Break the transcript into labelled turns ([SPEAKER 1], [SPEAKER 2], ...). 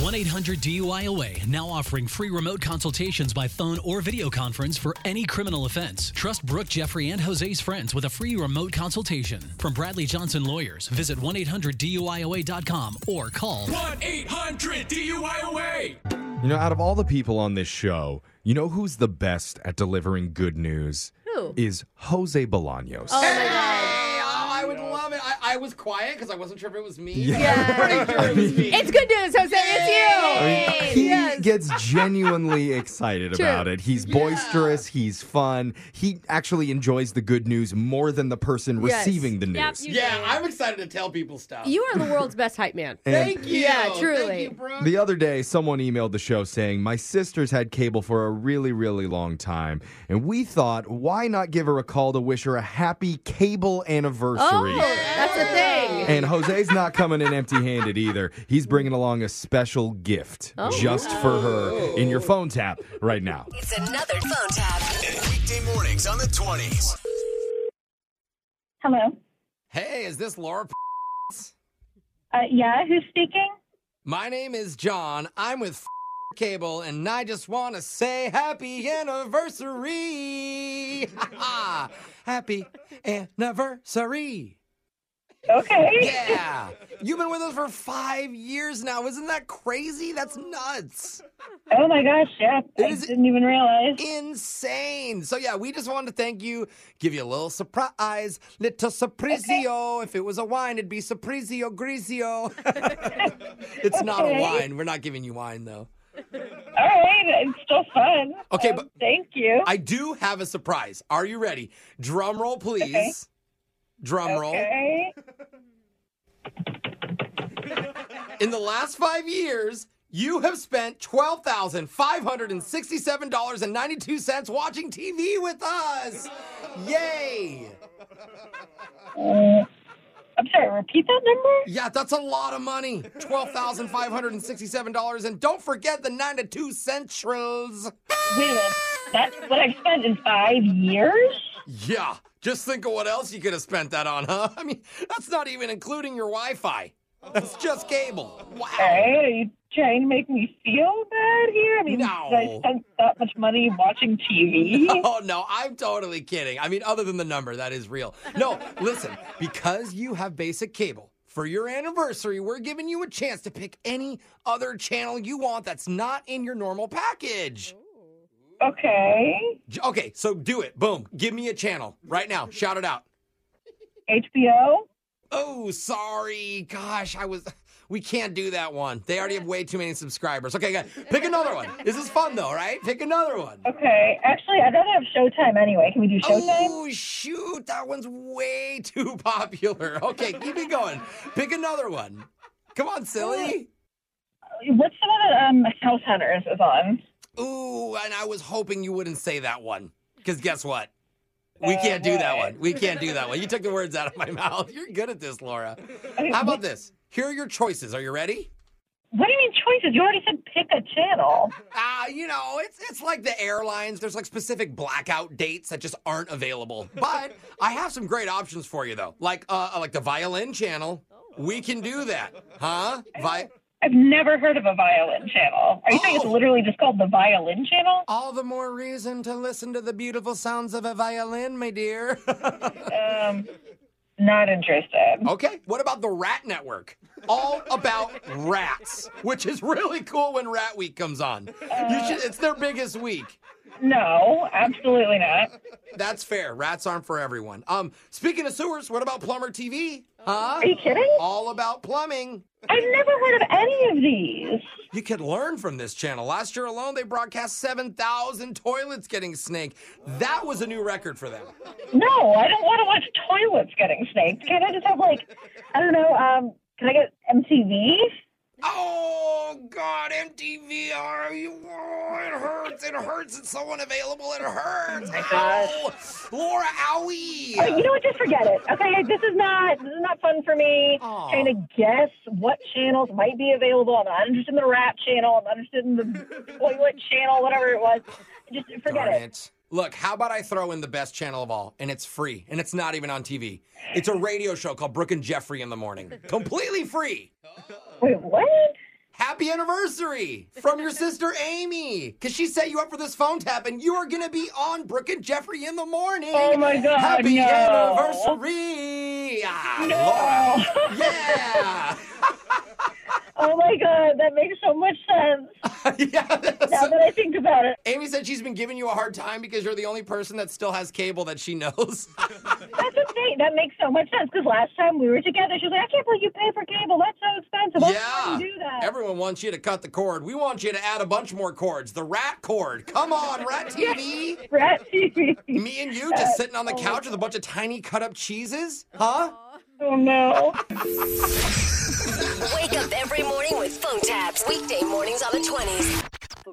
[SPEAKER 1] 1 800 DUIOA now offering free remote consultations by phone or video conference for any criminal offense. Trust Brooke, Jeffrey, and Jose's friends with a free remote consultation. From Bradley Johnson Lawyers, visit 1 800 DUIOA.com or call
[SPEAKER 2] 1 800 DUIOA.
[SPEAKER 3] You know, out of all the people on this show, you know who's the best at delivering good news?
[SPEAKER 4] Who?
[SPEAKER 3] Is Jose Bolaños.
[SPEAKER 4] Oh my god.
[SPEAKER 5] Hey, oh, I would love it. I, I was quiet because I wasn't sure if it was me.
[SPEAKER 4] Yeah.
[SPEAKER 5] I'm pretty sure it was me.
[SPEAKER 4] It's good news, Jose.
[SPEAKER 3] I mean,
[SPEAKER 4] It's you.
[SPEAKER 3] he
[SPEAKER 4] Yes.
[SPEAKER 3] gets genuinely excited
[SPEAKER 4] True.
[SPEAKER 3] about it. He's boisterous. He's fun. He actually enjoys the good news more than the person
[SPEAKER 4] Yes.
[SPEAKER 3] receiving the
[SPEAKER 6] Yep,
[SPEAKER 3] news.
[SPEAKER 6] you
[SPEAKER 5] yeah, I'm excited to tell people stuff.
[SPEAKER 4] You are the world's best hype man.
[SPEAKER 5] Thank you.
[SPEAKER 4] Yeah, truly.
[SPEAKER 5] Thank you, Brooke.
[SPEAKER 3] The other day, someone emailed the show saying, My sister's had cable for a really, really long time. And we thought, why not give her a call to wish her a happy cable anniversary?
[SPEAKER 4] Oh, that's the thing.
[SPEAKER 3] And Jose's not coming in empty handed either. He's bringing along a special gift
[SPEAKER 4] Oh.
[SPEAKER 3] just for her in your phone tap right now.
[SPEAKER 7] It's another phone tap.
[SPEAKER 8] Weekday mornings on the 20s.
[SPEAKER 9] Hello.
[SPEAKER 5] hey, is this Laura? P-?
[SPEAKER 9] Uh, yeah, who's speaking?
[SPEAKER 5] My name is John. I'm with F- Cable, and I just want to say happy anniversary. happy anniversary.
[SPEAKER 9] Okay.
[SPEAKER 5] Yeah. You've been with us for five years now. Isn't that crazy? That's nuts.
[SPEAKER 9] Oh my gosh, yeah. I
[SPEAKER 5] is-
[SPEAKER 9] didn't even realize.
[SPEAKER 5] insane. So yeah, we just wanted to thank you, give you a little surprise, little surprisio. If it was a wine, it'd be surprisio grisio. it's not a
[SPEAKER 9] Okay.
[SPEAKER 5] wine. We're not giving you wine though.
[SPEAKER 9] All right, it's still fun.
[SPEAKER 5] Okay,
[SPEAKER 9] Um,
[SPEAKER 5] but-
[SPEAKER 9] thank you.
[SPEAKER 5] I do have a surprise. Are you ready? Drum roll, please.
[SPEAKER 9] Okay.
[SPEAKER 5] Drum roll.
[SPEAKER 9] okay.
[SPEAKER 5] In the last five years, you have spent twelve thousand five hundred and sixty-seven dollars and ninety-two cents watching TV with us. Yay!
[SPEAKER 9] I'm sorry, repeat that number?
[SPEAKER 5] Yeah, that's a lot of money. Twelve thousand five hundred and sixty-seven dollars, and don't forget the nine to two centrals.
[SPEAKER 9] Wait a minute. That's what I've spent in five years?
[SPEAKER 5] Yeah, just think of what else you could have spent that on, huh? I mean, that's not even including your Wi-Fi. That's just cable. Wow.
[SPEAKER 9] Hey, are you trying to make me feel bad here? I mean,
[SPEAKER 5] No.
[SPEAKER 9] that I spent that much money watching TV?
[SPEAKER 5] Oh no, I'm totally kidding. I mean, other than the number, that is real. No, listen, because you have basic cable. For your anniversary, we're giving you a chance to pick any other channel you want that's not in your normal package.
[SPEAKER 9] Okay.
[SPEAKER 5] J- Okay, so do it. Boom. Give me a channel right now. Shout it out.
[SPEAKER 9] HBO?
[SPEAKER 5] Oh, sorry. Gosh, I was. We can't do that one. They already have way too many subscribers. Okay, good. Pick another one. This is fun though, right? Pick another one.
[SPEAKER 9] Okay. Actually, I'd rather have Showtime anyway. Can we do Showtime?
[SPEAKER 5] Oh, shoot. That one's way too popular. Okay, keep it going. Pick another one. Come on, silly. Oh.
[SPEAKER 9] What's the one that um, House Hunters is on?
[SPEAKER 5] Ooh, and I was hoping you wouldn't say that one. Because guess what? We can't do that one. We can't do that one. You took the words out of my mouth. You're good at this, Laura. How about this? Here are your choices. Are you ready?
[SPEAKER 9] What do you mean choices? You already said pick a channel.
[SPEAKER 5] Ah, you know, it's it's like the airlines. There's like specific blackout dates that just aren't available. But I have some great options for you though. Like uh like the violin channel. We can do that. Huh? Vi-
[SPEAKER 9] I've never heard of a violin channel. Are you saying it's
[SPEAKER 5] Oh.
[SPEAKER 9] literally just called the violin channel?
[SPEAKER 5] all the more reason to listen to the beautiful sounds of a violin, my dear.
[SPEAKER 9] Um, not interested.
[SPEAKER 5] okay. What about the Rat Network? All about rats, which is really cool when Rat Week comes on. You should, it's their biggest week.
[SPEAKER 9] No, absolutely not.
[SPEAKER 5] That's fair. Rats aren't for everyone. Um, speaking of sewers, what about Plumber TV? Huh?
[SPEAKER 9] Are you kidding?
[SPEAKER 5] all about plumbing.
[SPEAKER 9] I've never heard of any of these.
[SPEAKER 5] You could learn from this channel. Last year alone, they broadcast 7,000 toilets getting snaked. That was a new record for them.
[SPEAKER 9] No, I don't want to watch toilets getting snaked. Can I just have like, I don't know, um, can I get MTV?
[SPEAKER 5] Oh, God, MTV, are you? Oh, it hurts. It hurts. It's so unavailable. It hurts. Ow. Laura,
[SPEAKER 9] Uh, you
[SPEAKER 5] owie.
[SPEAKER 9] know what? Just forget it. Okay, this is not this is not fun for me.
[SPEAKER 5] Aw.
[SPEAKER 9] Trying to guess what channels might be available. I'm not interested in the rap channel. I'm not interested in the toilet channel, whatever it was. Just forget
[SPEAKER 5] Darn it. Look, how about I throw in the best channel of all, and it's free, and it's not even on TV. It's a radio show called Brooke and Jeffrey in the Morning. Completely free.
[SPEAKER 9] Wait, what?
[SPEAKER 5] Happy anniversary from your sister Amy, because she set you up for this phone tap, and you are going to be on Brooke and Jeffrey in the morning.
[SPEAKER 9] Oh my God,
[SPEAKER 5] Happy
[SPEAKER 9] no.
[SPEAKER 5] anniversary! Ah, Laura. Yeah.
[SPEAKER 9] Oh my god, that makes so much sense
[SPEAKER 5] yeah.
[SPEAKER 9] now
[SPEAKER 5] that's-
[SPEAKER 9] that I think about it.
[SPEAKER 5] Amy said she's been giving you a hard time because you're the only person that still has cable that she knows.
[SPEAKER 9] That's a thing. That makes so much sense because last time we were together, she was like, "I can't believe you pay for cable. That's so expensive. That's
[SPEAKER 5] yeah.
[SPEAKER 9] why you do that."
[SPEAKER 5] Everyone wants you to cut the cord. We want you to add a bunch more cords. The rat cord. Come on, rat TV.
[SPEAKER 9] Rat TV.
[SPEAKER 5] Me and you just sitting on the couch with a bunch of tiny cut up cheeses? Huh?
[SPEAKER 9] oh no.
[SPEAKER 7] Wake up every morning with phone taps. Weekday mornings on the 20s.